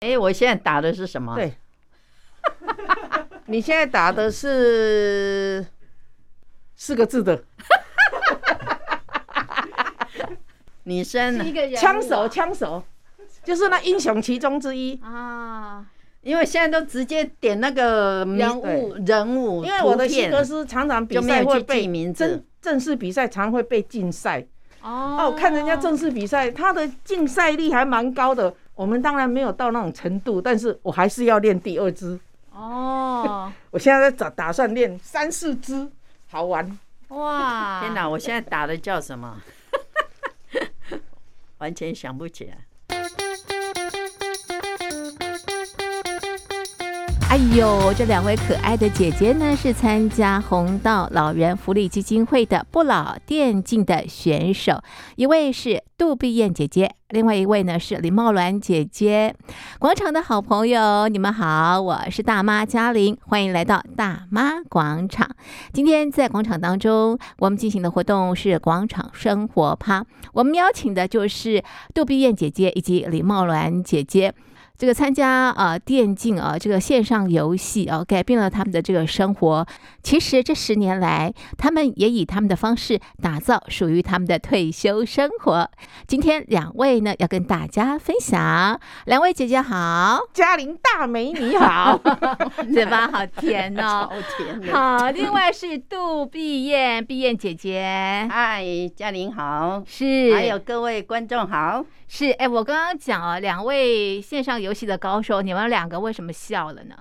哎，我现在打的是什么？对你现在打的是四个字的女生是一个人物啊枪手，枪手就是那英雄其中之一。啊，因为现在都直接点那个名人物人物，因为我的图性片格是常常比就没有赛去会记被名字正正式比赛常会被禁赛哦哦，看人家正式比赛，他的竞赛力还蛮高的。我们当然没有到那种程度，但是我还是要练第二支。哦，我现在在打打算练三四支，好玩。哇，啊天哪，我现在打的叫什么？ 完全想不起来。哎呦，这两位可爱的姐姐呢，是参加红道老人福利基金会的不老电竞的选手，一位是杜碧燕姐姐，另外一位呢是林茂鸾姐姐。广场的好朋友，你们好，我是大妈嘉玲，欢迎来到大妈广场。今天在广场当中，我们进行的活动是广场生活趴，我们邀请的就是杜碧燕姐姐以及林茂鸾姐姐。这个参加呃电竞啊、呃、这个线上游戏啊、呃改变了他们的这个生活。其实这十年来，他们也以他们的方式打造属于他们的退休生活。今天两位呢要跟大家分享，两位姐姐好，嘉玲大美你 好，嘴巴好甜哦。好甜的。好，另外是杜碧燕，碧燕姐姐嗨，嘉玲好，是，还有各位观众好。是，哎，我刚刚讲哦，两位线上游戏的高手，你们两个为什么笑了呢？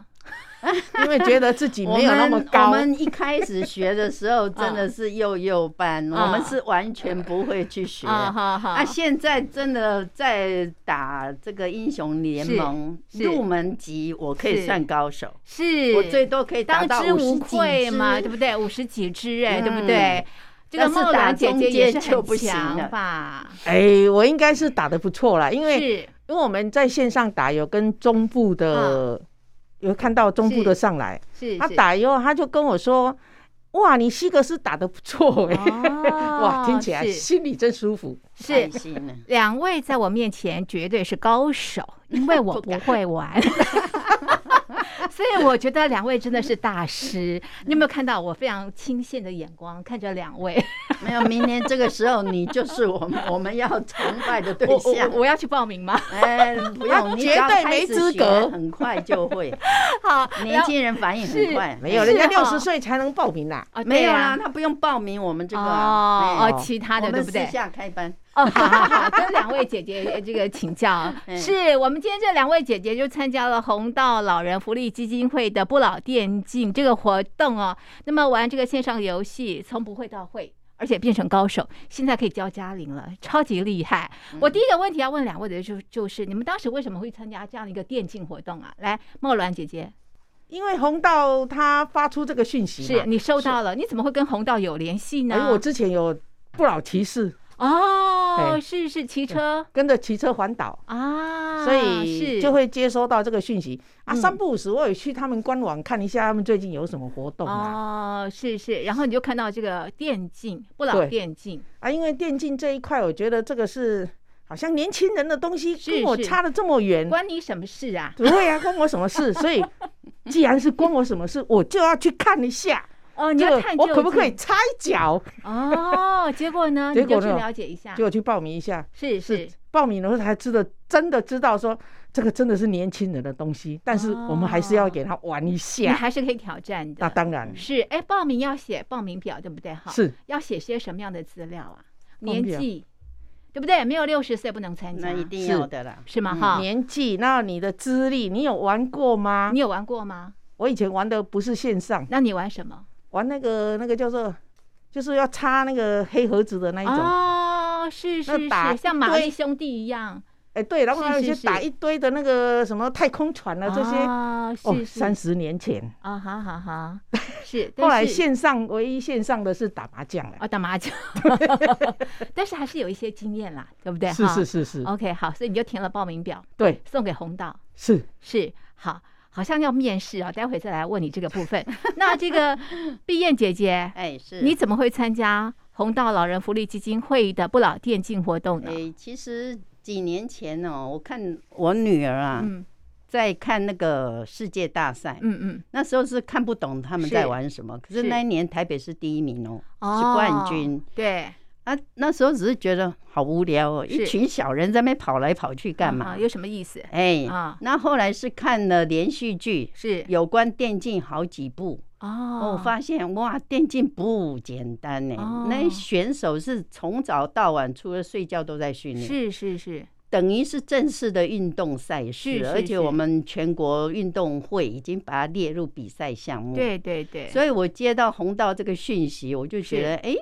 因为觉得自己我没有那么们高。啊我们一开始学的时 候真的是幼幼班，嗯我们是完全不会去学。啊哈哈，啊，现在真的在打这个英雄联盟是是入门级，我可以是算高手，是我最多可以达当到之五十无几愧嘛，只对不对？五十几只哎、嗯对不对？这个但是梦打兰姐中姐也是间就不很行了强吧？哎，我应该是打得不错啦，因为是因为我们在线上打，有跟中部的、有看到中部的上来，啊是，他是打以后他就跟我说：“哇，你西格斯打得不错哎、哦 哇，听起来是心里真舒服。开是心了。两位在我面前绝对是高 手，因为我不会玩。 所以我觉得两位真的是大师，你有没有看到我非常清线的眼光看着两 位？没有，明年这个时候你就是我们我们要崇拜的对我象我。我要去报名吗？哎，不用，你只要绝对开没始资学格很快就 会。好，年轻人反应很快，没有，哎人家是哦六十岁才能报名啦。啊，没对有啊啦，他不用报名我们这个啊。哦哎哦，其他我的对们不私对？下开班，，哦，好好好，跟两位姐姐呃这个请教嗯是我们今天这两位姐姐就参加了红道老人福利基金会的不老电竞这个活动哦。那么玩这个线上游戏，从不会到会。而且变成高手，现在可以教嘉玲了，超级厉害！嗯我第一个问题要问两位的就就是，你们当时为什么会参加这样的一个电竞活动啊？来，茂鸾姐姐，因为红道他发出这个讯息是嗯嘛，你收到了，你怎么会跟红道有联系哎，呢我？之前有不老骑士哦，哎是是骑车跟着骑车环岛。啊，所以是就会接收到这个讯息啊，嗯三不五时我也去他们官网看一下他们最近有什么活动啊。哦，是是，然后你就看到这个电竞，不老对电竞，啊，因为电竞这一块，我觉得这个是好像年轻人的东西，是跟我是差的这么远，关你什么事啊？不会啊，关我什么事？所 以既然是关我什么事，我就要去看一下，哦， 你这要个看我究可不可以竟？插一脚？哦，结 果呢，结你就果去呢了解一下，就去报名一下，是啊是报名了才知道，真的知道说这个真的是年轻人的东西，但是我们还是要给他玩一哦你下。还是可以挑战那的。当然是，哎，报名要写报名表，对不对？哈，是要写些什么样的资料啊？报年名表纪，对不对？没有六十岁不能参加那，一定要的啦。哎是吗？嗯哈，年纪，那你的资历，你有玩过吗你？有玩过吗？我以前玩的不是线上，那你玩什么？玩那个那个叫做，就是要插那个黑盒子的那一种。哦，是那是打是，像玛一堆丽兄弟一样，哎、对，然后还有一些是是是打一堆的那个什么太空船啊，这些、哦哦，是是三十年前。啊，好好好， 是。但后来是线上唯一线上的是打麻将了，哦打 麻将，但是还是有一些经验啦，对不对？是哈是是哦是， OK，好，所以你就填了报名表，对，送给红道。是是好，好像要面试啊，待会再来问你这个部 分。那这个碧燕姐姐，哎，是你怎么会参加红道老人福利基金会的不 老哎电竞活动呢？哎，其实几年前哦，我看我女儿啊，嗯，在看那个世界大赛，嗯嗯，那时候是看不懂他们是在玩什么，可是是那一年台北是第一名哦，哦是冠军。对，啊，那时候只是觉得好无聊哦，是一群小人在那边跑来跑去干嘛啊？有什么意思？哎、啊那后来是看了连续剧，是有关电竞好几部，哦我发现哇，电竞不简单呢、哦那选手是从早到晚，除了睡觉都在训练，是是是，等于是正式的运动赛事，是是而且是我们全国运动会已经把它列入比赛项目。，对对对，嗯所以我接到红道这个讯息，我就觉得哎。诶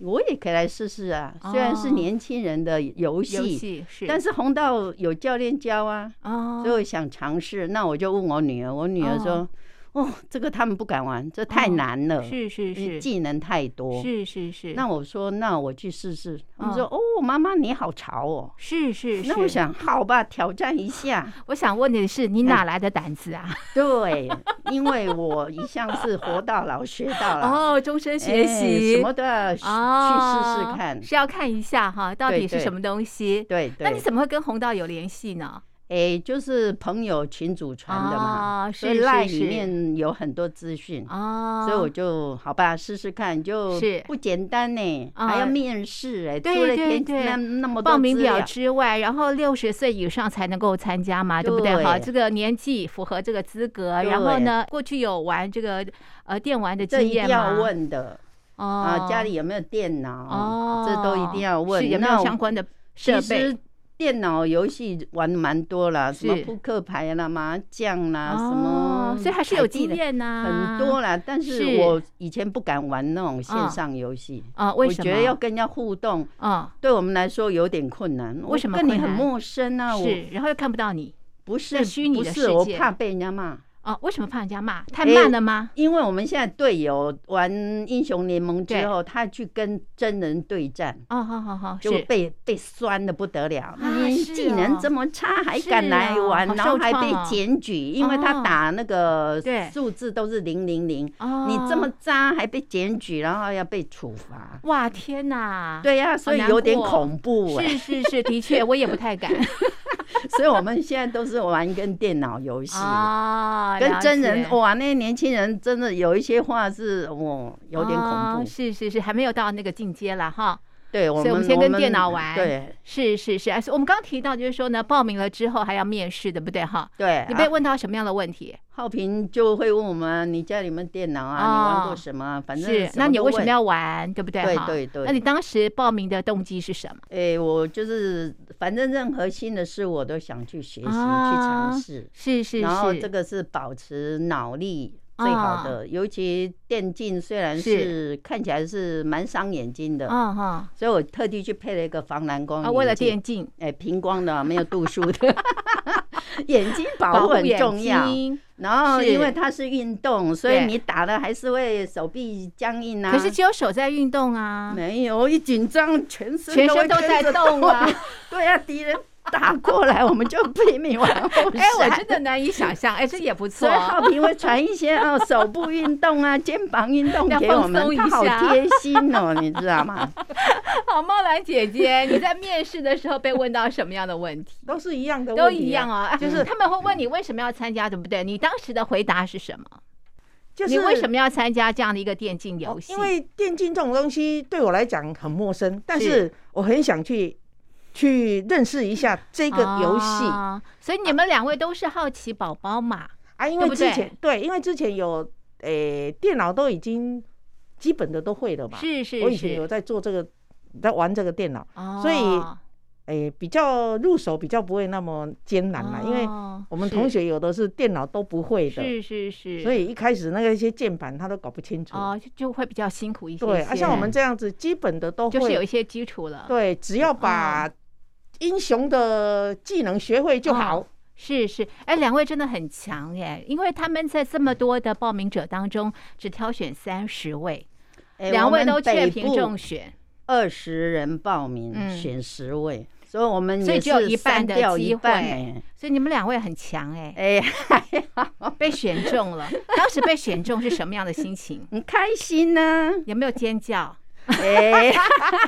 我也可以来试试啊，虽然是哦年轻人的游戏，游戏是，但是红道有教练教啊，哦所以我想尝试。那我就问我女儿，我女儿说：“哦，这个他们不敢玩，这太哦难了，是是是技能太多。是是是，”那我说：“那我去试试。”他们说：“哦哦，妈妈你好潮哦。是是”是，那我想，好吧，挑战一下。我想问你的是，哎你哪来的胆子啊？ 对，因为我一向是活到老学到老，哦，终身哎学习，什么都要去去试试哦看。是要看一下哈，到底对是对什么东西。对那你对，怎么会跟红道有联系呢？哎，就是朋友群组传的嘛，啊所以是是 LINE 里是面有很多资讯。哦，所以我就好吧，试试看，就是不简单呢，啊还要面试哎，对除了对填对那那么多报名资表料之外，然后六十岁以上才能够参加嘛，对不对？对哈，这个年纪符合这个资格。然后对呢，过去有玩这个呃电玩的这经一定验要吗？问的哦啊，家里有没有电脑哦，，这都一定要问。是有没那有我相关的设其备？实电脑游戏玩蛮多啦，什么是扑克牌啦、麻将啦，啊什哦么，所以还是凯有基经的验啊很呐，多啦。但是是我以前不敢玩那种啊线上游戏，啊。为我什么？觉得要跟人家互动，啊，对我们来说有点困难。我为什么跟你困很难陌生啊，我是，然后又看不到你不是在虚拟不的是世我界怕被人家骂，啊？为什么怕人家骂？太哎慢了吗？因为我们现在队友玩英雄联盟之后，他去跟真人对战，哦，好好好，就是被被酸的不得了。啊你是技能哦这么差，还是敢来哦玩，好然后受还创哦被检举，因为哦他打那个对数字都是零零零，哦，你这么渣还被检举，然后要被处罚。哇，天哪！对呀、所以啊难有点过恐怖哎、是是是，的确，我也不 太敢所以我们现在都是玩跟电脑游戏。啊跟真人哦，哇，那些年轻人真的有一些话是我有点恐怖。哦是是是，还没有到那个境界了哈。对，我所以们我们先跟电脑玩对是是是，哎我们刚刚提到就是说呢，报名了之后还要面试，对不对哈？对，你被啊问到什么样的问题？浩平就会问我们，你家里面电脑啊，哦你玩过什么啊？反正是，那你为什么？要玩，对不对对哈？对对那你当时报名的动机是什么？哎、我就是反正任何新的事我都想去学习、啊去尝试，是是然后这是，哦个是保持脑力。最好的，尤其电竞虽然是看起来是蛮伤眼睛的，嗯哈所以我特地去配了一个防蓝光啊，为了眼镜电竞哎、平光的没有度数的， 眼睛保保护护很眼重要。睛然后因为是它是运动，所以对你打了还是会手臂僵硬啊。可是只有手在运动啊，没有，一紧张全身全会身都跟在着动啊。对啊， 敌人打过来，我们就拼命往后闪。 哎，我啊真的难以想象，哎，这也不错啊所以。浩平会传一些哦手部运动啊、肩膀运动 要给放我们松，一他好下贴心哦，你知道吗？ 好，茂兰姐姐，你在面试的时候被问到什么样的问题？都是一样的、都一样啊。啊，就就是是 他们会问你为什么要参加，对不对？你当时的回答是什么？就是你为什么要参加这样的一个电竞哦游戏？因为电竞这种东西对我来讲很陌生，但是是我很想去去认识一下这个游戏啊啊所以你们两位都是好奇宝宝嘛？因对为不之对前对因为之前有诶、电脑都已经基本的都会了嘛，是我是以前有是，在做这个，在玩这个电脑，所所以诶、比较入手比较不会那么艰难啦，因为我们同学有的是电脑都不会的，哦是是是，所以一开始那个一些键盘他都搞不清楚。哦就就会比较辛苦一些些。对，啊，像我们这样子，基本的都会，就是有一哦些基础了。对，只要把英雄的技能学会就好。哦是是，哎，两位真的很强耶，因为他们在这嗯么多的报名者当中，只挑选三十位，哎两我位们都确北评部中选，二十人报名、嗯选十位，所以我们所以也只有是一半删的掉机一半会哎所以你们两位很强 哎，哎，被选中了。当时被选中是什么样的心情？很开心呢、有没有尖叫？哎，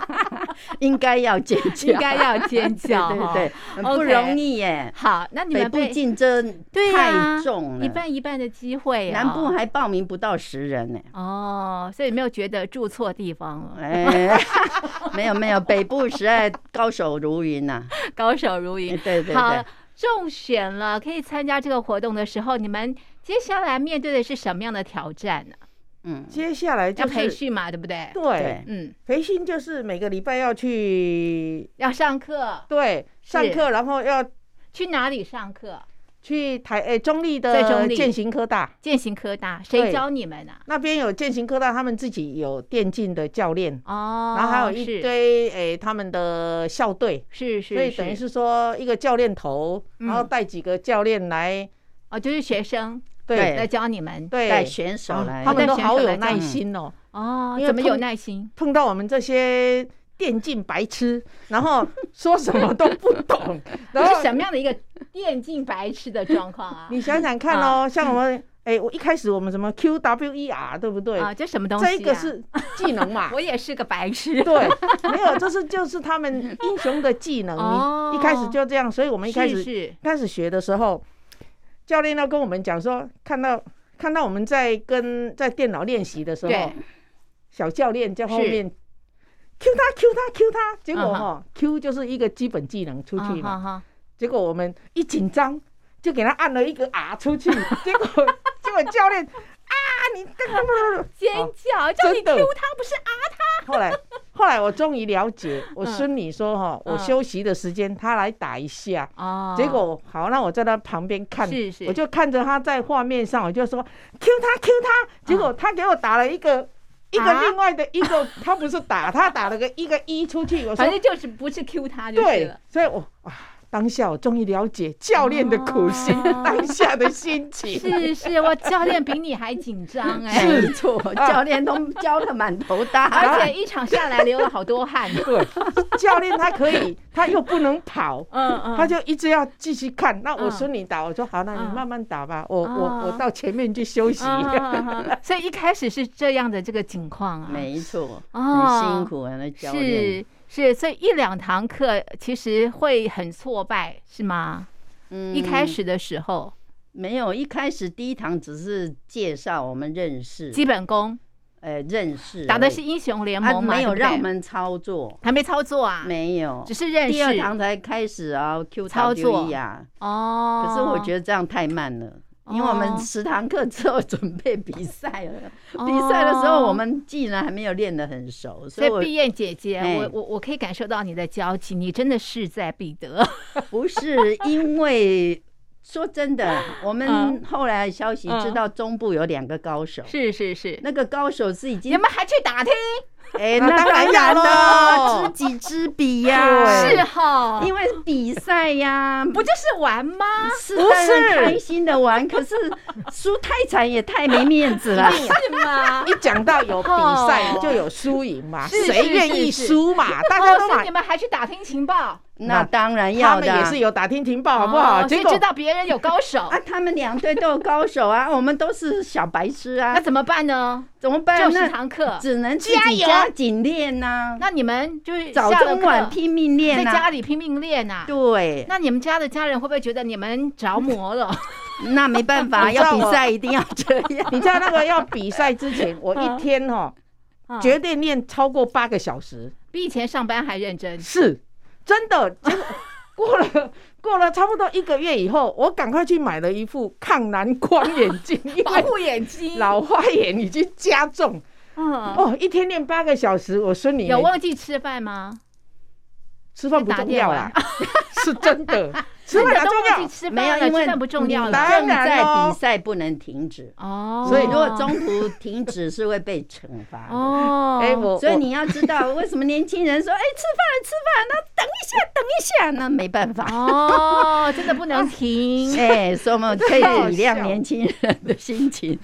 应该要尖叫，应 该要尖叫对哈。对对，很不 OK 容易耶。好，那你北们部被竞争对呀太重了，一半一半的机会、啊，南部还报名不到十人 呢。哦，所以没有觉得住错地方了，哎， 没有没有，北部实在高手如云呐、高手如哎 云。对对好对，，中选了，可以参加这个活动的时候，你们接下来面对的是什么样的挑战呢？嗯，接下来要就是培训嘛，对不对？对对嗯，培训就是每个礼拜要去要上课，对上课，然后要去哪里上课？去台诶、中立在中的立践行科大践行科大，谁对教你们啊？那边有践行科大，他们自己有电竞的教练，哦，然后还有一是堆诶、他们的校队，是是，嗯所以等于是说一个教练头，然后带几个教练来哦，就是学生对来教你们带对，选手来，啊他们带都选好手有来耐讲心哦。哦，因为怎么有碰耐心？碰到我们这些电竞白痴，然后说什么都不 懂，然后是什么样的一个电竞白痴的状况 啊？嗯你想想看哦，像我们哎、我一开始我们什么 QWER 对不对？啊，这什么东西、啊？这个是啊技能 嘛。我也是个白痴。对，没有，这是就是他们英雄的技能，哦你一开始就这样，所以我们一开是始是开始学的时候，教练要跟我们讲说，看到看到我们在跟在电脑练习的时候对，小教练在后是面 Q 他 Q 他 Q 他，结果嗯哼哦、Q 就是一个基本技能出去嘛，啊哈哈结果我们一紧张就给他按了一个 R 出去，结果结果教练啊，你干嘛？尖叫，叫你哦真的 Q 他不是啊？后 来后来我终于了解，我嗯孙女说哈，嗯我休息的时间她来打一下。哦结果好，那我在她旁边看，是是我就看着她在画面上，我就说 Q 她 Q 她，结果她给我打了一个、一嗯啊个另外的一个，她不是 打，她打了个一个一出去，我反说正就是不是 Q 他就是对了。，所以我啊，当下我终于了解教练的苦心，哦当下的心情。是是，我教练比你还 紧张哎、没错， 教练都教的满头大而 汗。且一场下来流了好多 汗。对，教练他可以，他又不能跑，嗯嗯，他就一直要继续看。那嗯我孙女打，我说好，那嗯你慢慢打吧，我哦我我到前面去休息。啊哈哈 哈所以一开始是这样的这个情况啊，没错，哦很辛苦啊，那教练。是是，所以一两堂课其实会很挫败，是吗？嗯一开始的时候，没有，一开始第一堂只是介绍我们认识，基本功呃，认识打的而是已英雄联啊，盟嘛，没有对不对让我们操作，还没操作啊，没有只，是认第二识堂才开始啊，Q 操作呀。哦。可是我觉得这样太慢了。因为我们十堂课之后准备比赛了，哦比赛的时候我们技能还没有练得很熟，所所以以我碧燕姐姐，哎我我我可以感受到你的焦急，你真的势在必 得。不是因为说真的，我嗯们后来消息知道中部有两个高手，是是是，那个高手是已你经们还去打听？哎，那那当然然要了，咯知己知彼呀，对是哈，因为比赛呀，不就是玩吗？是不当然是开心的玩，可是输太惨也太没面子 了。是吗？ 一讲到有比赛哦，就有输赢嘛，是谁是愿意是是输嘛？大家哦，都所以嘛你，们还去打听情报， 那当然他要们的啊，也是有打听情报，好不好？哦所结以果知道别人有高手 啊，，他们两队都有高手啊， 我们都是小白痴啊那，怎么办呢？怎么办就十呢？堂课，只能自加己油加紧练呐，那你们就是早下了中晚课拼命练在呐。家里拼命练呐。对，那你们家的家人会不会觉得你们着魔了？ 那没办法，你知道要比我赛一定要这样。你在那个要比赛之前，我嗯一天哦，啊绝对练超过八个小时，比以前上班还认真。是真的。结 果过了过了差不多一个月以后，我赶快去买了一副抗蓝光眼 镜，因保为护眼睛。老花眼已经加重嗯，哦。一天练八个小时，我孙女有啊没忘记吃饭吗？吃饭不重要啦， 是真的， 吃饭你哪都重忘记要？啊 吃饭没有，了因为吃饭不重你要了。当正然在咯比赛不能停止，哦，所以如果中途停止是会被惩罚的。哦，哎，我所以我你要知道，为什么年轻人说“哎，吃饭了吃饭了，那等一下，等一下”，那没办法。哦，真的不能停。 哎，所以我们可以体谅笑年轻人的心 情，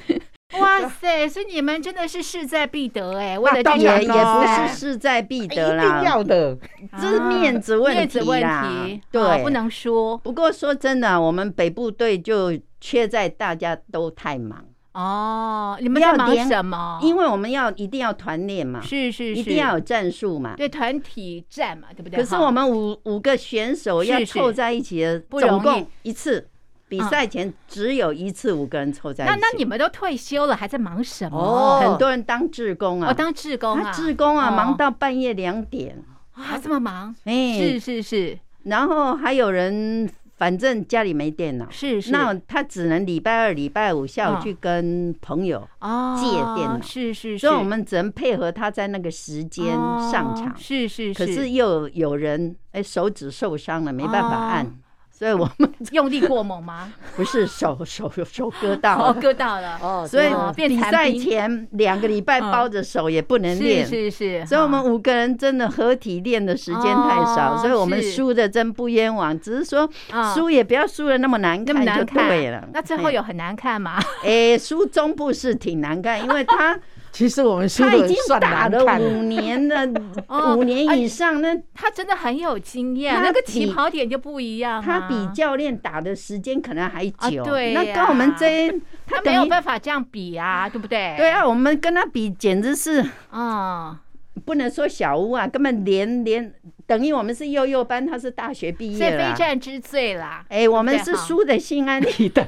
哇塞，所以你们真的是势在必得哎，为那了当这也然也个比咯不是赛势在必一哎得定啦，要的，这是面子问啊面题子问啦题，哦对，不。能说啊不过说真的啊，我们北部队就缺在大家都太忙，哦，你们在忙要连什么？因为我们要一定要团练嘛，哦是是是，一定要有战术嘛。对团体战嘛，对不对？可是哈我们五五个选手是要是凑在一起的，不容易嗯总共一次比赛前只有一次五个人凑在一起。那那你们都退休了，还在忙什么？哦，很多人当志工我、啊，当志工啊，他志工啊，哦忙到半夜两点，啊这么忙，哎是，是是然后还有人反正家里没电脑，是是，那他只能礼拜二、礼拜五下嗯午去跟朋友，哦借电脑是是是，所以我们只能配合他在那个时间上哦场。是是可是又有人哎手指受伤了，没办法哦按，所以我们用力过猛吗？不是手手手割哦，到了，割到了，哦所以哦变比残赛兵前两个礼拜嗯包着手也不能是练。是是，所以，我们哈五个人真的合体练的时间太少，哦所以我们是输的真不冤枉。只是说啊输也不要输的那么难那么看难就看对了。那最后有很难看吗？哎，输中部是挺难看， 因为他其实我们输他已的经算打难了看五了，年了， 哦五年哎以上，那 他真的很有经验，他那个比起跑点就不一样啊、他比教练打的时间可能还啊久，对那呀跟我们这他等没有于办法这样比啊，对不对？对啊，我们跟他比简直是啊、不能说小巫啊，根本连连等于我们是幼幼班，他是大学毕所以业非了。战之罪啦。哎、我们对是哈输的心安理得，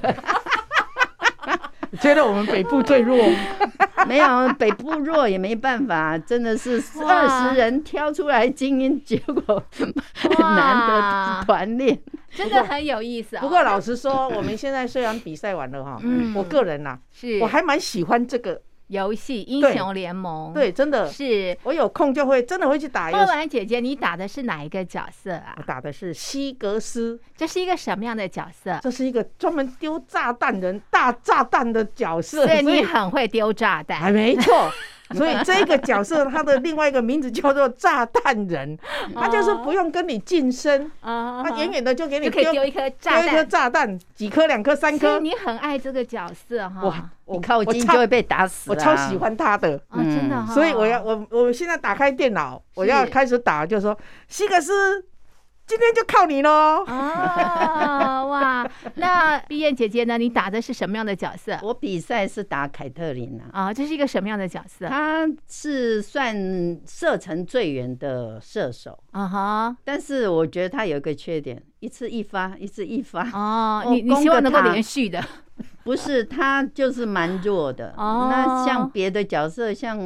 觉得我们北部最 弱。啊 没有北部弱也没办法，真的是哇二十人挑出来精英，结果 很难哇得团练。真的很有意思啊、不过老实说，我们现在虽然比赛完了哈嗯，我个人呐，是我还蛮喜欢这个，游戏英对雄联盟，，对，真的，是。我有空就会真的会去打。有莫时兰姐姐，你打的是哪一个角色啊我？打的是西格斯，这是一个什么样的角色？这是一个专门丢炸弹人、大炸弹的角色，所以所你以很会丢炸还弹啊没错。所以这个角色他的另外一个名字叫做炸弹人， 他就是不用跟你近身，啊他远远的就给你就可以丢丢一颗丢炸一颗弹。炸弹，几颗、两颗、三所以颗。你很爱这个角色哈？哇，你靠近就超会被打死啊我了。超喜。欢他的。啊，真的嗯哈。所以我要我我现在打开电脑，我要开始打，就说西格斯，今天就靠你喽。哦哇，那碧燕姐姐呢？你打的是什么样的角色？我比赛是打凯特琳啊，啊，这是一个什么样的角色？她是算射程最远的射手，啊哈，但是我觉得她有一个缺点，一次一发，一次一发。哦，哦你你攻希望个能够塔连续的不是，他就是蛮弱的。哦那像别的角色，像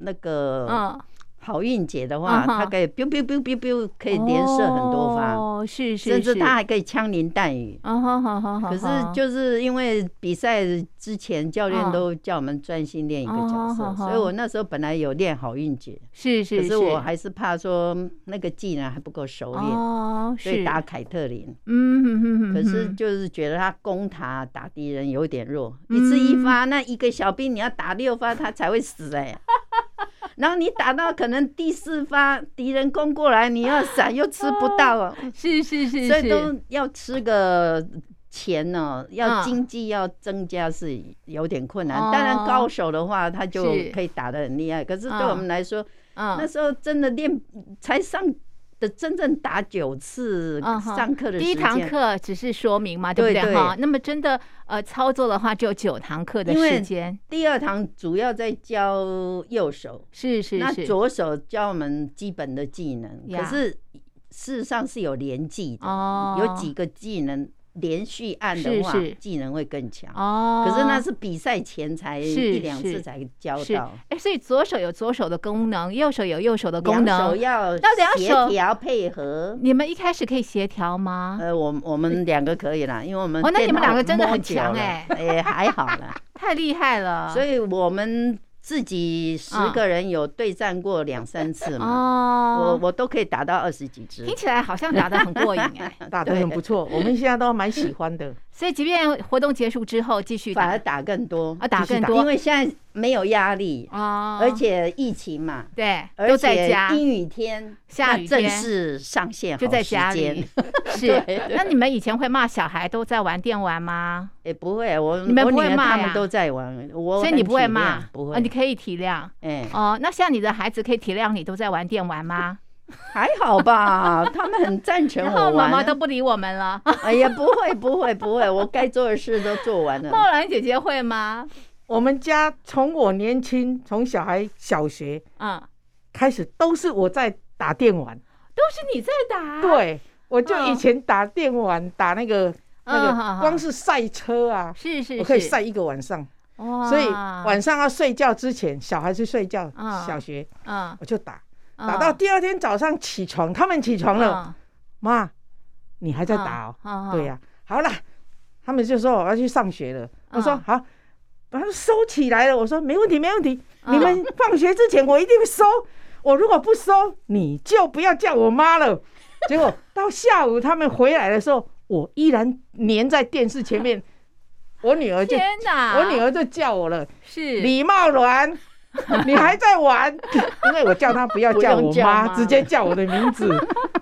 那个嗯，好运姐的话，嗯哼她可以 biu biu biu biu biu 可以连射很多发，哦，是是，甚至是她还可以枪林弹雨。哦，好好好好，可是好就是因为比赛之前，教嗯练都叫我们专心练一个角哦好色，好所以我那时候本来有练好运姐，是是可是我还是怕说那个技能还不够熟练，哦，所以是打凯特琳。嗯哼哼哼，可是哼就是觉得他攻塔打敌人有点弱，一次嗯一发，那一个小兵你要打六发他才会死哎、 然后你打到可能第四发，敌人攻过来，你要闪又吃不到哦，是是是，所以是都要吃个钱呢、要嗯经济要增加是有点困难。哦当然高手的话，他就是可以打得很厉害，可是对嗯我们来说，那嗯，时候真的练才上的真正打九次嗯哼上课的时第一间，堂课只是说明嘛，对不对对对哈？那么真的呃操作的话，只有九堂课的因为时间，第二堂主要在教右手，是是那是，左手教我们基本的技能。呀可是事实上是有连技的，哦有几个技能连续按的话，是是技能会更强。哦，可是那是比赛前才是一两是次才教是到，哎，所以左手有左手的功能，右手有右手的功两手能。要那两手协调配合。你们一开始可以协调吗？呃，我我们两个可以啦，因为我们哦那你电脑们两个真的很摸久强了哎哎还好啦。 太厉害了！所以我们自己十嗯个人有对战过两三次嘛，我哦，我都可以打到二十几只听。起来好像打得很过瘾哎。打得很不错，我们现在都蛮喜欢 的。所以即便活动结束之后继续反而打打更多啊，打继续更打因多为现在没有压力，啊，而且疫情嘛，对而都在且家，阴雨天，下那雨正天式上线好就在家时间。里 是对对，那你们以前会骂小孩都在玩电玩吗？也不会，我你们我不会女儿骂他呀们都在玩，我所以你很不会体谅骂，不哦会你，可以体谅。哎，哦，那像你的孩子可以体谅你都在玩电玩吗？还好 吧，他们很赞成然我后妈玩妈啊。都不理我们了。哎呀，不会不会不会，我该做的事都做完 了。茂兰姐姐会吗？我们家从我年轻，从小孩小学嗯，开始，都是我在打电玩。都是你在打。，对，我就啊嗯以前打电玩，打那个那嗯嗯嗯个，光是赛车啊，是是是，我可以晒一个晚上。哇。所以晚上要睡觉之前，小孩去睡觉嗯，小学嗯我就打，嗯打到第二天早上起床，他们起床了，嗯妈，你还在打哦？嗯嗯对呀，好啦，他们就说我要去上学了，我说嗯好，把他们收起来了。我说没问题，没问题，嗯你们放学之前我一定会收。我如果不收，你就不要叫我妈了。结果到下午他们回来的时候，我依然粘在电视前面，我女儿就天哪！我女儿就叫我了。是李茂伦，你还在玩？因为我叫他不要叫不我用叫妈，妈直接叫我的名字。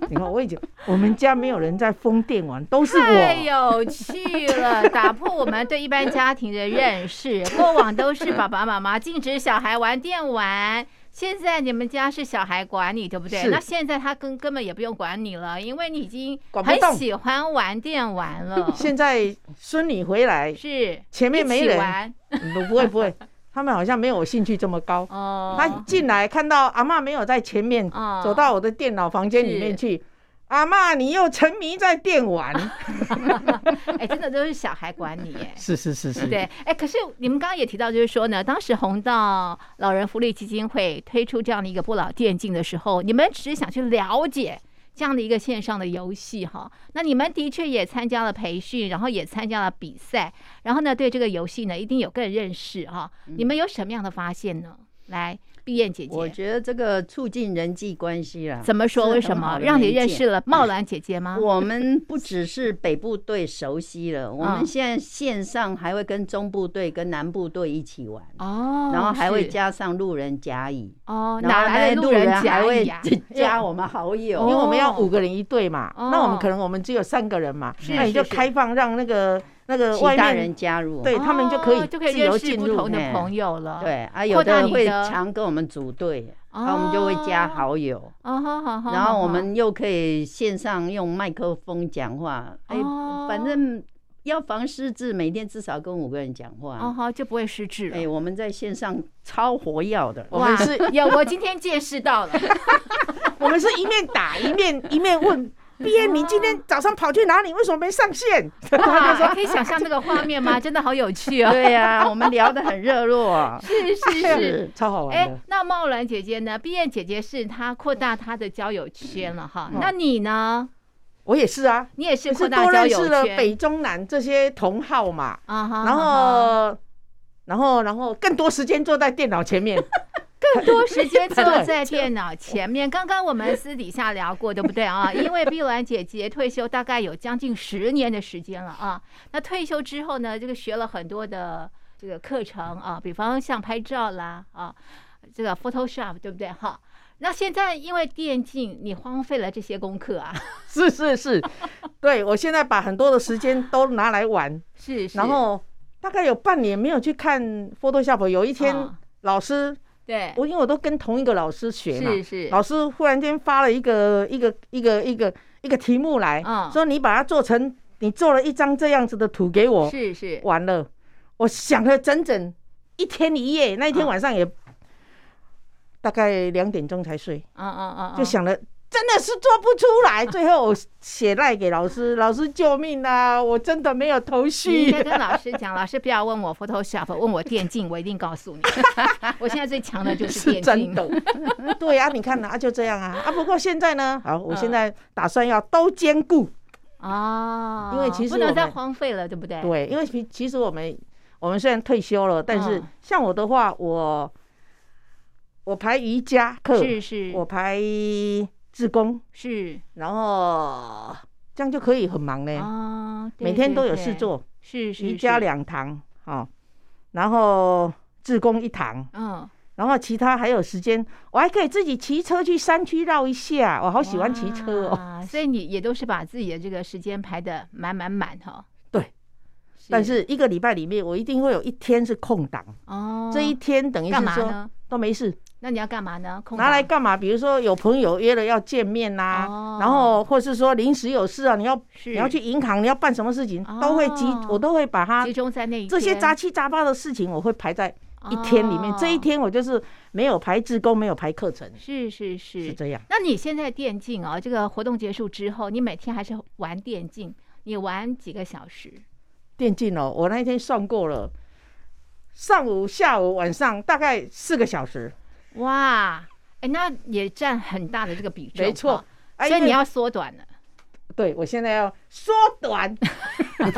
你看，我已经我们家没有人在疯电玩，都是太我。有趣了，打破我们对一般家庭的认识。过往都是爸爸妈妈禁止小孩玩电玩，现在你们家是小孩管你，对不对？是那现在他根根本也不用管你了，因为你已经管不很动喜欢玩电玩了。 现在孙女回来，是前面没一起人，玩嗯不不会不会， 他们好像没有我兴趣这么高。哦，他进来看到阿嬷没有在前面，哦走到我的电脑房间里面去。阿嬷，你又沉迷在电 玩？哎，真的都是小孩管你耶。是是是是，对，哎，可是你们刚刚也提到，就是说呢，当时红道老人福利基金会推出这样的一个不老电竞的时候，你们只是想去了解这样的一个线上的游戏哈。那你们的确也参加了培训，然后也参加了比赛，然后呢，对这个游戏呢一定有更认识哈。你们有什么样的发现呢？来，碧燕姐嗯我姐。觉得这个促进人际关系啊啦。怎么说？是为很什么好的让你媒认介嗯识了茂兰姐姐吗？我们不只是北部队熟悉 了，我嗯们现在线上还会跟中部队、跟南部队一起玩，哦，然后还会是加上路人甲乙，哦，然哪后来呢的路人甲还会乙啊？加我们好友。因为我们要 哦五个人一队嘛，哦那我们可能我们只有三个人嘛，是那你就是是开放让那个那个外其他面人加入，对他们就可以哦就可以自由认识进不入同的嘿朋友了。对啊，扩有大的你会的常跟我们组队，啊哦，然后我们就会加好友，哦，好好好，然后我好们又可以线上用麦克风讲话，哎哦，反正要防失智，每天至少跟五个人讲好哦话。好就不会失智了。哎，我们在线上超活跃的，我们是有，我今天见 识到了，我们是一面 打一面一面问 B N，你今天早上跑去哪里？为什么没上线？哇可以想象那个画面吗？真的好有趣 哦！。对呀、我们聊得很热络 是是是。，超好玩 哎的。，那茂兰姐姐呢？毕燕姐姐是她扩大她的交友圈了哈。嗯那你呢？我也是啊，你也是也扩是大多交认友识了圈北中南这些同好嘛，啊哈，然哈哈后然后然后更多时间坐在电脑前面， 更 多时间坐对在电脑前面。刚刚我们私底下聊过，对不对 啊？因为碧兰姐姐退休大概有将近十年的时间了啊。那退休之后呢，这个学了很多的这个课程啊，比方像拍照啦啊，这个 Photoshop 对不对哈？那现在因为电竞，你荒废了这些功课啊，是是是，对我现在把很多的时间都拿来玩，是啊是，然后大概有半年没有去看 Photoshop，有一天啊老师，对，我因为我都跟同一个老师学嘛是，是，老师忽然间发了一个一个一个一个一个题目来，嗯说你把它做成，你做了一张这样子的图给我，是是，嗯完了，我想了整整一天一夜，那一天啊晚上也大概两点钟才睡，嗯嗯嗯，嗯就想了。真的是做不出 来，最后我写赖给老师，老师救命啊！我真的没有头 你绪应。该跟老师讲，老 师不要问我 Photoshop，问我电竞，我一定告诉你。 我现在最强的就 是是电真竞。的。 对啊，你看呐、啊，就这样啊啊。不过现在呢，好，我现在打算要都兼顾。哦，因为其实不能我再们荒废了，对不对？对，因为其其实我们我们虽然退休了，但是嗯像我的话，我我排瑜伽课，是是我排自工，是然后这样就可以很忙嘞，啊，对每天都有对事对做，是是瑜伽，两堂哦，然后自工一堂是。嗯，然后其他还有时间，我还可以自己骑车去山区绕一下，我好好喜欢骑车哦。哦，所以你也都是把自己的这个时间排的满满满哈。对，但是一个礼拜里面，我一定会有一天是空档，哦，这一天等于干是嘛说呢？都没事，那你要干嘛呢？空拿来档干嘛？比如说有朋友约了要见面呐、哦然后或是说临时有事啊，你要是你要去银行，你要办什么事情，都会集哦，我都会把它集中在那一这些天杂七杂八的事情，我会排在一天里面。这一哦天我就是没有排志工，没有排课程，是是是是这样。那你现在电竞啊、这个活动结束之后，你每天还是玩电竞？你玩几个小时？电竞哦，我那一天算过了，上午、下午、晚上大概四个小时，哇，哎，那也占很大的这个比重，没错。。啊所以因为你要缩短了，对我现在要缩短，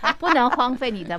啊不能荒废你的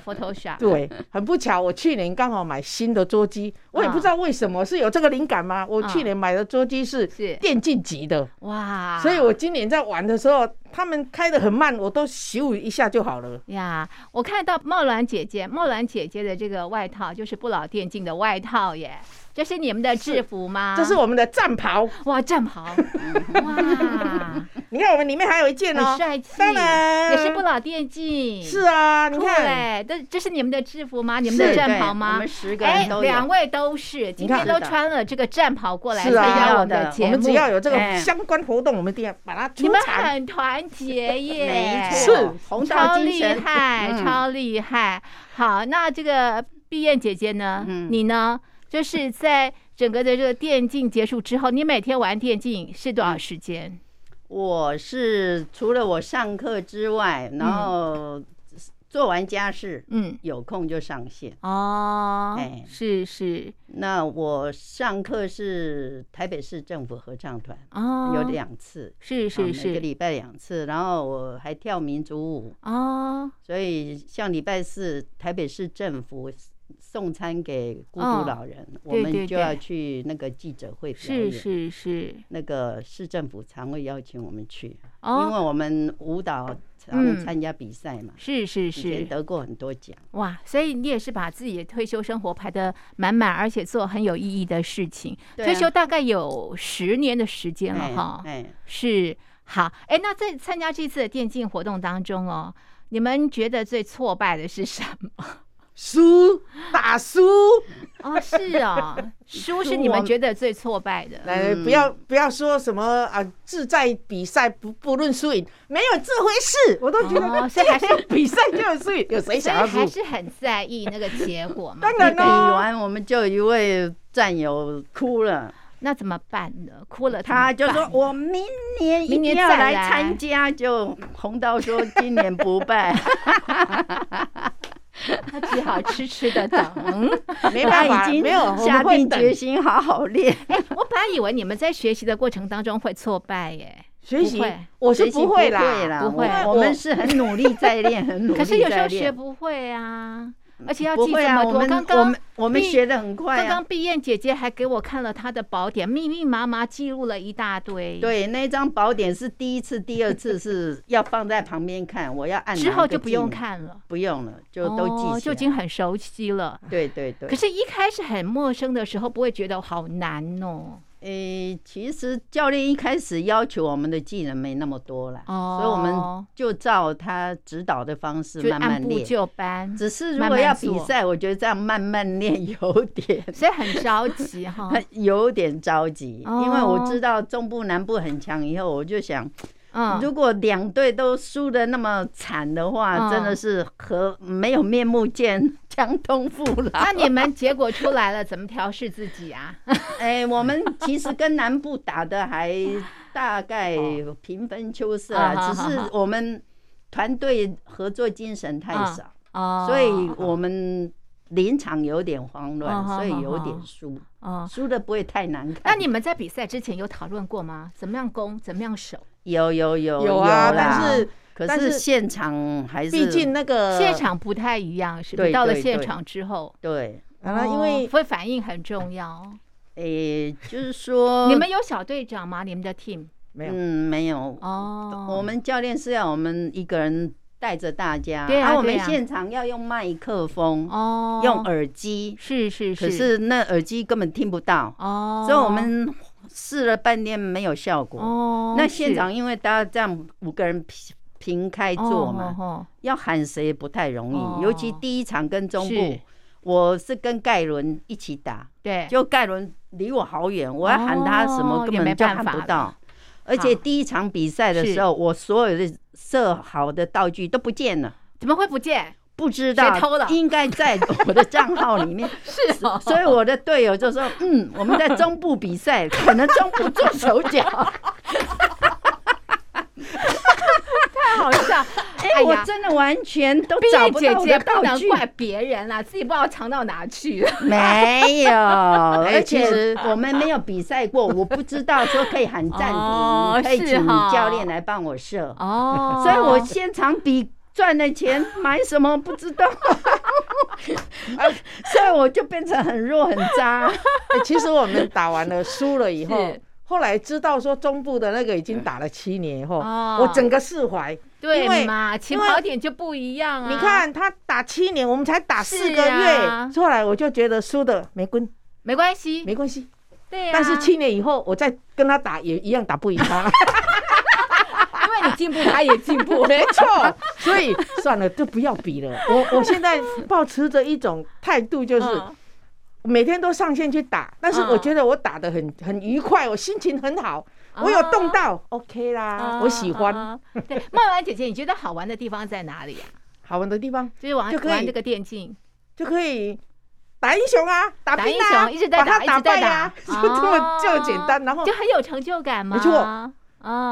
Photoshop。对，很不巧，我去年刚好买新的桌机，我也嗯不知道为什么是有这个灵感吗？我去嗯年买的桌机是是电竞级的，哇，所以我今年在玩的时候，他们开的很慢，我都咻一下就好了。呀，我看到茂兰姐姐，茂兰姐姐的这个外套就是不老电竞的外套耶，这是你们的制服吗？这是我们的战袍，哇 战袍，哇，你看我们里面还有一件哦很，帅气，当然也是不老电竞，是啊，你酷看，嘞，这这是你们的制服吗？你们的是战对袍我吗们？十个哎人，都有。两位都是，今天看都是的穿了这个战袍过来参是啊加要我们的的我节们只目，要有这个哎相关活动，我们一定要把它你出们场。很团结耶， 没是错，红超道精厉神，害，嗯超厉害。好，那这个碧燕姐姐呢？嗯你呢？就是在整个的这个电竞结束之后，你每天玩电竞是多少时间？我是除了我上课之外，然后做完家事，嗯，有空就上线。哦哎，是是，那我上课是台北市政府合唱团，哦，有，两次，是啊是每个是，礼拜两次。然后我还跳民族舞，哦，所以像礼拜四台北市政府送餐给孤哦独老人，我对对们就要对去那个记者会表是演。是是，那个市政府常会邀请我们去，因哦，为我们舞蹈嗯常参加比赛嘛，是是以前是，得过很多奖。哇，所以你也是把自己的退休生活排得满满，而且做很有意义的事情。对退啊休大概有十年的时间了哎啊哈。哎，是好，哎，那在参加这次的电竞活动当中哦，你们觉得最挫败的是什么？输打输，哦，是 哦，输是你输们我觉得最挫败的，来哎不要不要说什么啊，志在比赛不不论输赢，没有这回事，我都觉哦得所以还是比赛就 有输赢，有谁所以想要还输？是很在意那个结果嘛。当一然比啦、完我们就有一位战友哭了，那怎么办呢？哭了怎么他办，就 说我明年一明年定要再来来参加，就红到说今年不 办，他只好痴痴的等。没办他法，已经没有，我下们会定决等心好好练。哎， 我本来以为你们在学习的过程当中会挫败耶，学习不会，我是学习不会啦，不会啦，不会我我们是很努力在练，很努力可是有时在候学练。不会啊，而且要不记会这啊，么我多。们刚我刚们我们毕学的很快刚啊刚。碧燕姐姐还给我看了她的宝典，密密麻麻记录了一大堆。，对，那张宝典是第一次、第二次 是要放在旁边看，我要按之哪后一个就不用技能，看了，不用了，就都记起哦来、就已经很熟悉了。对对对。可，是，一开始很陌生的时候，不会觉得好难哦。诶，其实教练一开始要求我们的技能没那么多啦，哦，所以我们就照他指导的方式就慢慢按部练。就班，只是如慢果慢要比做赛，我觉得这样慢慢 练有点所以很着急 哈。有点着急，因为我哦知道中部南部很强，以后我就想，嗯，如果两队都输的那么惨的话，嗯真的是和没有面目见江东父老。 那你们结果出来了，怎么调试自己啊？哎，我们其实跟南部打的还大概平分秋色哦啊，好只好是好我们团队合作精神太少，哦， 所以我们临场有点慌哦乱，好所以好有点好输，哦，输的不会太难看。那你们在比赛之前有讨论过吗？怎么样攻，怎么样守？有有有有啊，啦但是可但是是现场还是毕竟那个现场不太一样，是不呃是？对到了对现对场之后，对，啊，因哦为会反应很重要。诶，哎就是说你们有小队长吗？你们的 team 没有。嗯，没有，哦，我们教练是要我们一个人带着大家，对啊我对们啊现场要用麦克风，哦用耳机，是是是，可是那耳机根本听不到，哦，所以我们试了半天没有效果。哦，那现场因为大家这样五个人平平开是坐嘛，哦哦要喊谁不太容易，哦尤其第一场跟中部是，我是跟盖伦一起打，对，就盖伦离我好远，我要喊他什哦么根也没本就办喊法不了到。而且第一场比赛的时候，我所有的设好的道具都不见了，怎么会不见？不知道谁偷了应该 在我的账号里面。是哦，所以我的队友就说：“嗯，我们在中部比 赛，可能中部做手脚。太好笑。哎哎，我呀，真的完全都毕找竟不姐到我姐的不道能具。怪别人啦，自己不知道藏到哪去了。没 有，哎而其且我们没有比赛过，我不知道说可以喊暂哦停，可以是请哈教练来帮我射。哦所以我现场比赚的钱买什么不知 道，哎所以我就变成很弱很渣。 哎其实我们打完了输了以后 是，后来知道说中部的那个已经打了七年以后，哦我整个释怀。因对为嘛，起因为跑点就不一样啊。你，看他打七年，我们才打四个是啊月，后来我就觉得输的没关没关系，没关系，对呀。啊但是七年以后我再跟他打也一样打不赢 他，因为你进步，他也进步。没 错。所以算了，就不要比了。我我现在保持着一种态度，就是 嗯每天都上线去打，但是嗯我觉得我打的很很愉快，我心情很好，我有动到，OK 啦，我喜欢。哦啊对，曼曼姐姐，你觉得好玩的地方在哪里呀？啊好玩的地方就是玩就可以玩这个电竞，就可以打英雄啊，打打兵英啊，雄，一直在把他打，一直败在啊打，，就 这么就简单，然后就很有成就感嘛。没错啊，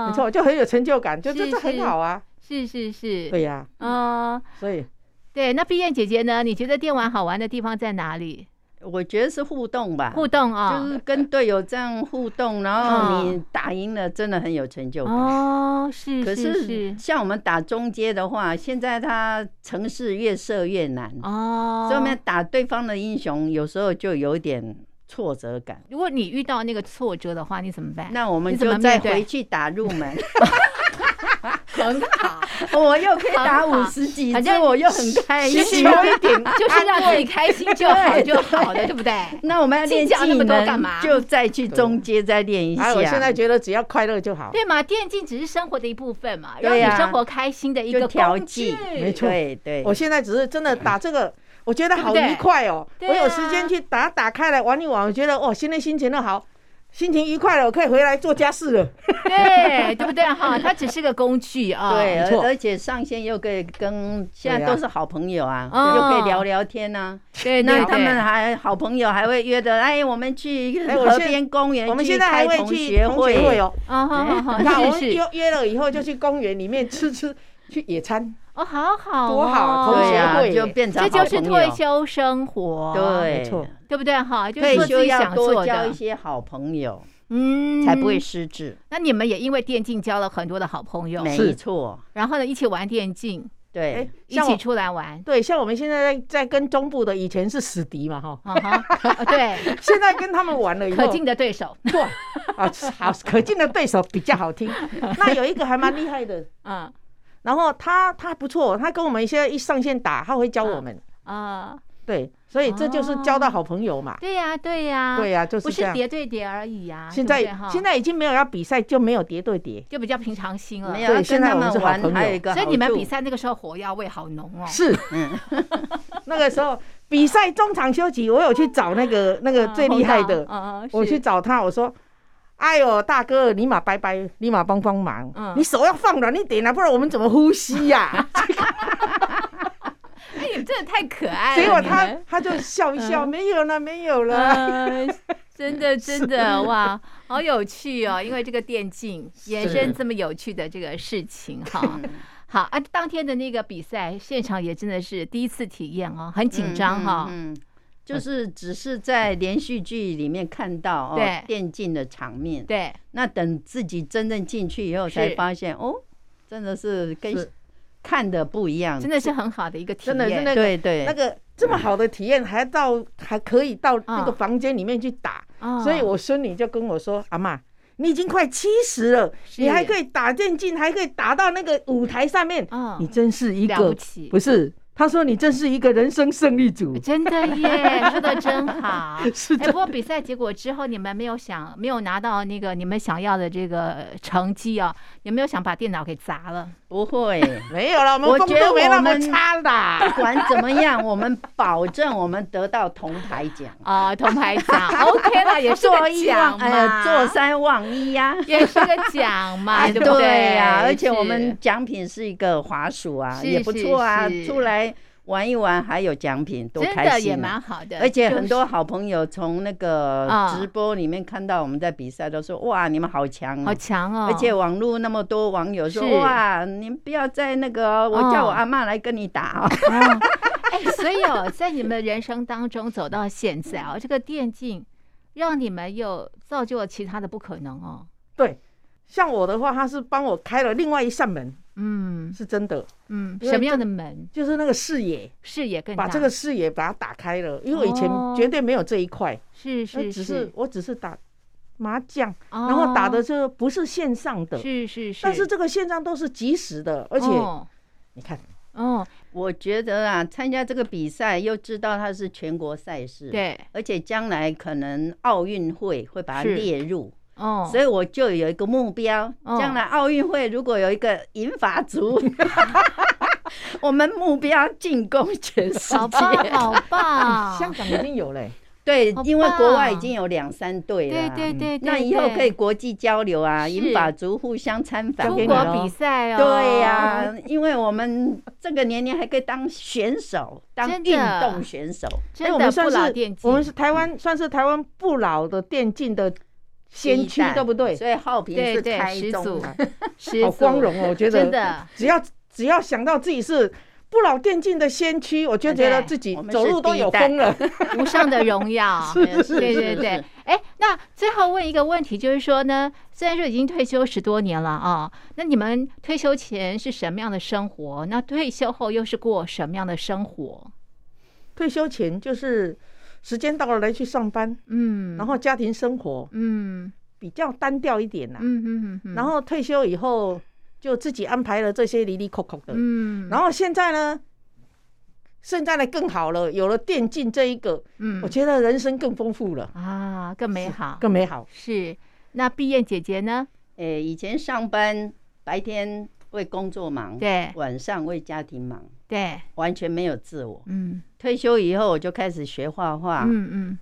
没，错，就很有成就感，就是这很好啊。是是是，对呀，嗯，所以对。那碧燕姐姐呢？你觉得电玩好玩的地方在哪里？我觉得是互动吧，互动啊，就是跟队友这样互动，然后你打赢了，真的很有成就感。哦，是可是是是，像我们打中阶的话，现在它城市越设越难，哦，所以我们打对方的英雄有时候就有点挫折感。如果你遇到那个挫折的话，你怎么办？那我们你怎么就再面对回去打入门，很好，我又可以打很好五十几反只，正我又很开心。寻求一点 就是让自己开心就好就好了，对不对？ 那我们要练计较那么技多能干嘛就再去中阶再练一下。哎，我现在觉得只要快乐就好。啊对嘛，电竞只是生活的一部分嘛，让对你呀生活开心的一个就调工具剂没错对对，我现在只是真的打这个，我觉得好对不对愉快哦。对啊我有时间去打打开来玩一玩，我觉得哦，现在心情都好，心情愉快了，我可以回来做家事了。对对不对哈？它只是个工具啊。 对，没错而而且上线又可以跟现在对啊都是好朋友啊，哦又可以聊聊天啊。对，那对他们对还好朋友还会约的，哎，我们去哎我河现边公园，我们现在还会同去学同学会会。哦。啊，好好哎你看，我们好，是是约约了以后就去公园里面吃吃，去野餐。哦，好好多好哦同对学啊，会就变成这好就是朋退友，休生活，没错对，对不对哈？就退是做自休己要想多做交一的，些好朋友，嗯才不会。失智。那你们也因为电竞交了很多的好朋友，没错，然后呢，一起玩电竞，对哎，，一像起我出来玩。对，像我们现在在在跟中部的以前是死敌嘛哈，啊哈， 啊对，现在跟他们玩了以后 可，敬的对手，对啊，好可敬的对手比较好听。那有一个还蛮厉害的，嗯然后他他不错，他跟我们现在一上线打，他会教我们。啊，对，所以这就是交到好朋友嘛。对呀对呀，对啊呀，就不这是样。叠对叠而已呀。现对不在对哈现在已经没有要比赛，就没有叠对叠。就比较平常心了。没有要现跟在他我们是们好玩朋友还有一个所以好你们处比赛那个时候火药味好浓哦。是，嗯， 那个时候比赛中场休息，我有去找那个那个嗯最厉害的 红，道嗯嗯我是去找他，我说：“哎呦，大哥，你马拜拜，你马帮帮忙，嗯你手要放软一点啊，不然我们怎么呼吸 呀、哎，你们真的太可爱了。结果哎你他们嗯他就笑一笑，没有了，没有了。呃， 真的真的哇，好有趣哦！因为这个电竞延伸这么有趣的这个事情哈。好啊，当天的那个比赛现场也真的是第一次体验哦，很紧张哈。嗯，嗯嗯就是只是在连续剧里面看到哦对电竞的场面，对，那等自己真正进去以后是才发现哦，真的是跟是看的不一样，真的是很好的一个体真验。的真的对那对，个这么好的体验，还到还可以到那个嗯房间里面去打，哦所以我孙女就跟我说：“阿妈，你已经快七十了，你还可以打电竞，还可以打到那个舞台上面，嗯你真是一了不个起不是他说你真是一个人生胜利组，真的耶，说的真 好。是哎，的不过比赛结果之后，你们没有想没有拿到那个你们想要的这个成绩啊？有没有想把电脑给砸 了？不会。没有了，我们我风觉得度没那我么们差不啦。管怎么样，我们保证我们得到铜牌奖。啊，铜牌奖，OK 了， 也是做个一奖忘嘛，呃，做三忘一呀、也是个奖 嘛，哎啊对不对呀、而且是我们奖品是一个滑鼠啊，是也不错啊是，是出来玩一玩还有奖品，多真开的心也啊！蛮好的，而且很就是多好朋友从那个啊直播里面看到我们在比赛，都说哇，你们好强好啊！强哦，而且网络那么多网友说是哇，你们不要再那个哦，我叫我阿妈来跟你打哦。哎，所以哦， 在你们人生当中走到现在哦，这个电竞让你们又造就了其他的不可能哦。 对，像我的话，他是帮我开了另外一扇门，嗯是真的，嗯，因为什么样这的门就是那个视野，视野更大？把这个视野把它打开了，因为我以前哦绝对没有这一块，是那是只是我只是打麻将，然然后打的这个不是线上的，是是是，但是这个线上都是即时的，而且哦你看，哦 我觉得啊，参加这个比赛又知道它是全国赛事，，对而且将来可能奥运会会把它是列入，哦，所以我就有一个目标，哦将来奥运会如果有一个银发 族，我们目标进攻全世好棒界。好 棒，香啊港已经有嘞，对好，因为棒国外已经有两三队了对啊，对嗯对，那对以后对可以国际交流啊，是银发族互相参访交啊。给出你国咯比赛哦，对呀、，因为我们这个年龄还可以当选手，当真的运动选手。哎，真我们的不算老是电竞，我们是台湾，算是台湾不老的电竞的先第驱一，代对不对？所以浩平对是对开始宗祖 啊，是好光荣哦，我觉得真的只要只要想到自己是不老电竞的先驱，我就觉得对自己我们走是路都第一有代风了。无上的荣耀。是是对对是对是，哎，那最后问一个问题，就是说呢，虽然说已经退休十多年了啊、那你们退休前是什么样的生活？那退休后又是过什么样的生活？ 退休前就是时间到了来去上班，嗯，然后家庭生活嗯比较单调一点啦、嗯嗯嗯嗯，然后退休以后就自己安排了这些离离扣扣的。嗯，然后现在呢，现在呢更好了，有了电竞这一个，我嗯觉得人生更丰富了，啊，更美好更美好。是。那碧燕姐姐呢？呃，以前上班白天为工作忙，对晚上为家庭忙，对，完全没有自我。嗯退休以后，我就开始学画啊画、嗯嗯，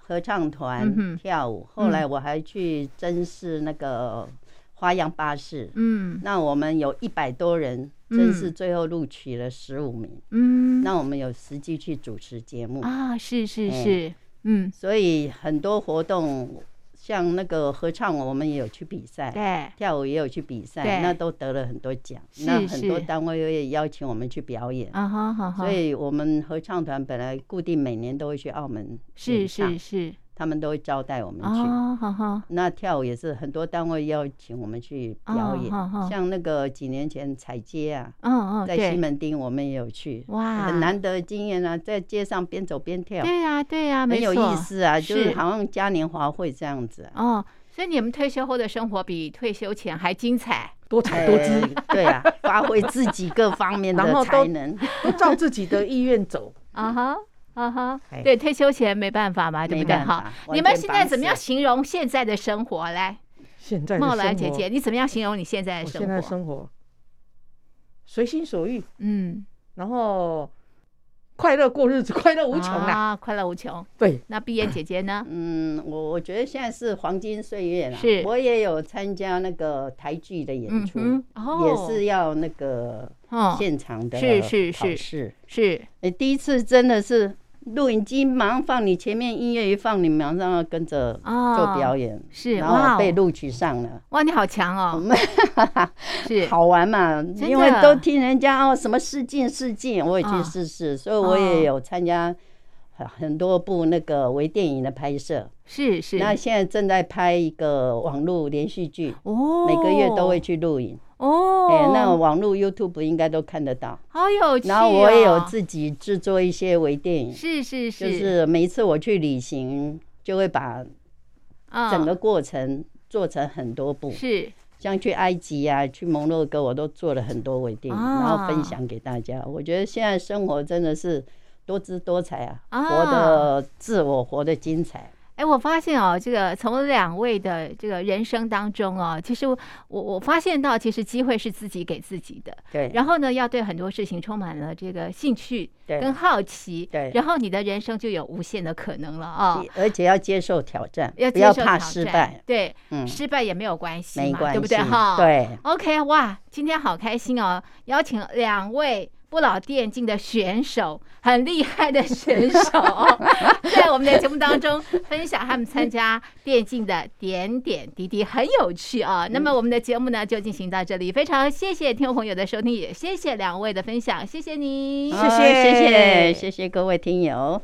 合唱团嗯、哼跳舞。后来我还去甄试那个花样巴士，嗯那我们有一百多人甄试，最后录取了十五名。嗯那我们有实际去主持节目，啊，是是哎是，嗯，所以很多活动，像那个合唱，我们也有去比赛。对，跳舞也有去比对赛，那都得了很多奖。是那很多是单位也邀请我们去表演，啊哈哈哈所，以我们合唱团本来固定每年都会去澳门是演唱嗯啊是是，他们都会招待我们去。啊哈哈，那跳舞也是很多单位邀请我们去表演，啊哈哈像那个几年前彩街啊，嗯嗯，在对西门町我们也有去，哇，很难得的经验啊，在街上边走边跳，对呀、对呀、没很有错意。思啊，就是是好像嘉年华会这样子啊、哦，所以你们退休后的生活比退休前还精彩。多彩多姿，哎对啊，发挥自己各方面然后的都才能。哎都 照自己的意愿走。啊哈。啊哈哎，对，退休前没办法嘛，对不没对？办好法，完你们全现绑在怎么样死形容现在的生活？来，现在的茂兰生姐活姐，你怎么样形容你现在我的现在生活？生活随心所欲，嗯，然后快乐过日子， 快乐无穷啦。啊，快乐无穷。对，那碧燕姐姐呢？嗯，我我觉得现在是黄金岁月啦。是我也有参加那个台剧的演嗯出，哼，哦，也是要那个哦，现场的是是考是试。是哎，第一次真的是录影机马上放你前面音乐一放，你马上要跟着哦做表演，是然哇后哦被录取上了。哇，你好强哦， 是好玩嘛，的因为都听人家哦，什么试镜试镜，我也去嗯试试，所以我啊也有参加很很多部那个微电影的拍摄。是是，那现在正在拍一个网络连续剧，哦，每个月都会去录影。哦，哎、那网络 YouTube 应该都看得到。好有趣、哦。然后我也有自己制作一些微电影，是是是，就是每一次我去旅行，就会把嗯啊整个过程做成很多部。是像去埃及啊、去摩洛哥，我都做了很多微电影，啊然后分享给大家。我觉得现在生活真的是多姿多彩啊，啊活得自我，活得精彩。哎，我发现哦，这个从两位的这个人生当中哦，其实我我我发现到，其实机会是自己给自己的。对，然后呢，要对很多事情充满了这个兴趣对跟好奇，对然后你的人生就有无限的可能了啊、而且要接受挑战，要不接要受怕挑失战败，，对，嗯，失败也没有关系嘛，没关系，对不对哈？。对 OK，哇，今天好开心哦！邀请两位不老电竞的选手，很厉害的选手哦，在我们的节目当中分享他们参加电竞的点点滴滴，很有趣啊、那么我们的节目呢就进行到这里，非常谢谢听众朋友的哦收听，也谢谢两位的分享，谢谢你。好谢谢谢谢谢各位听友。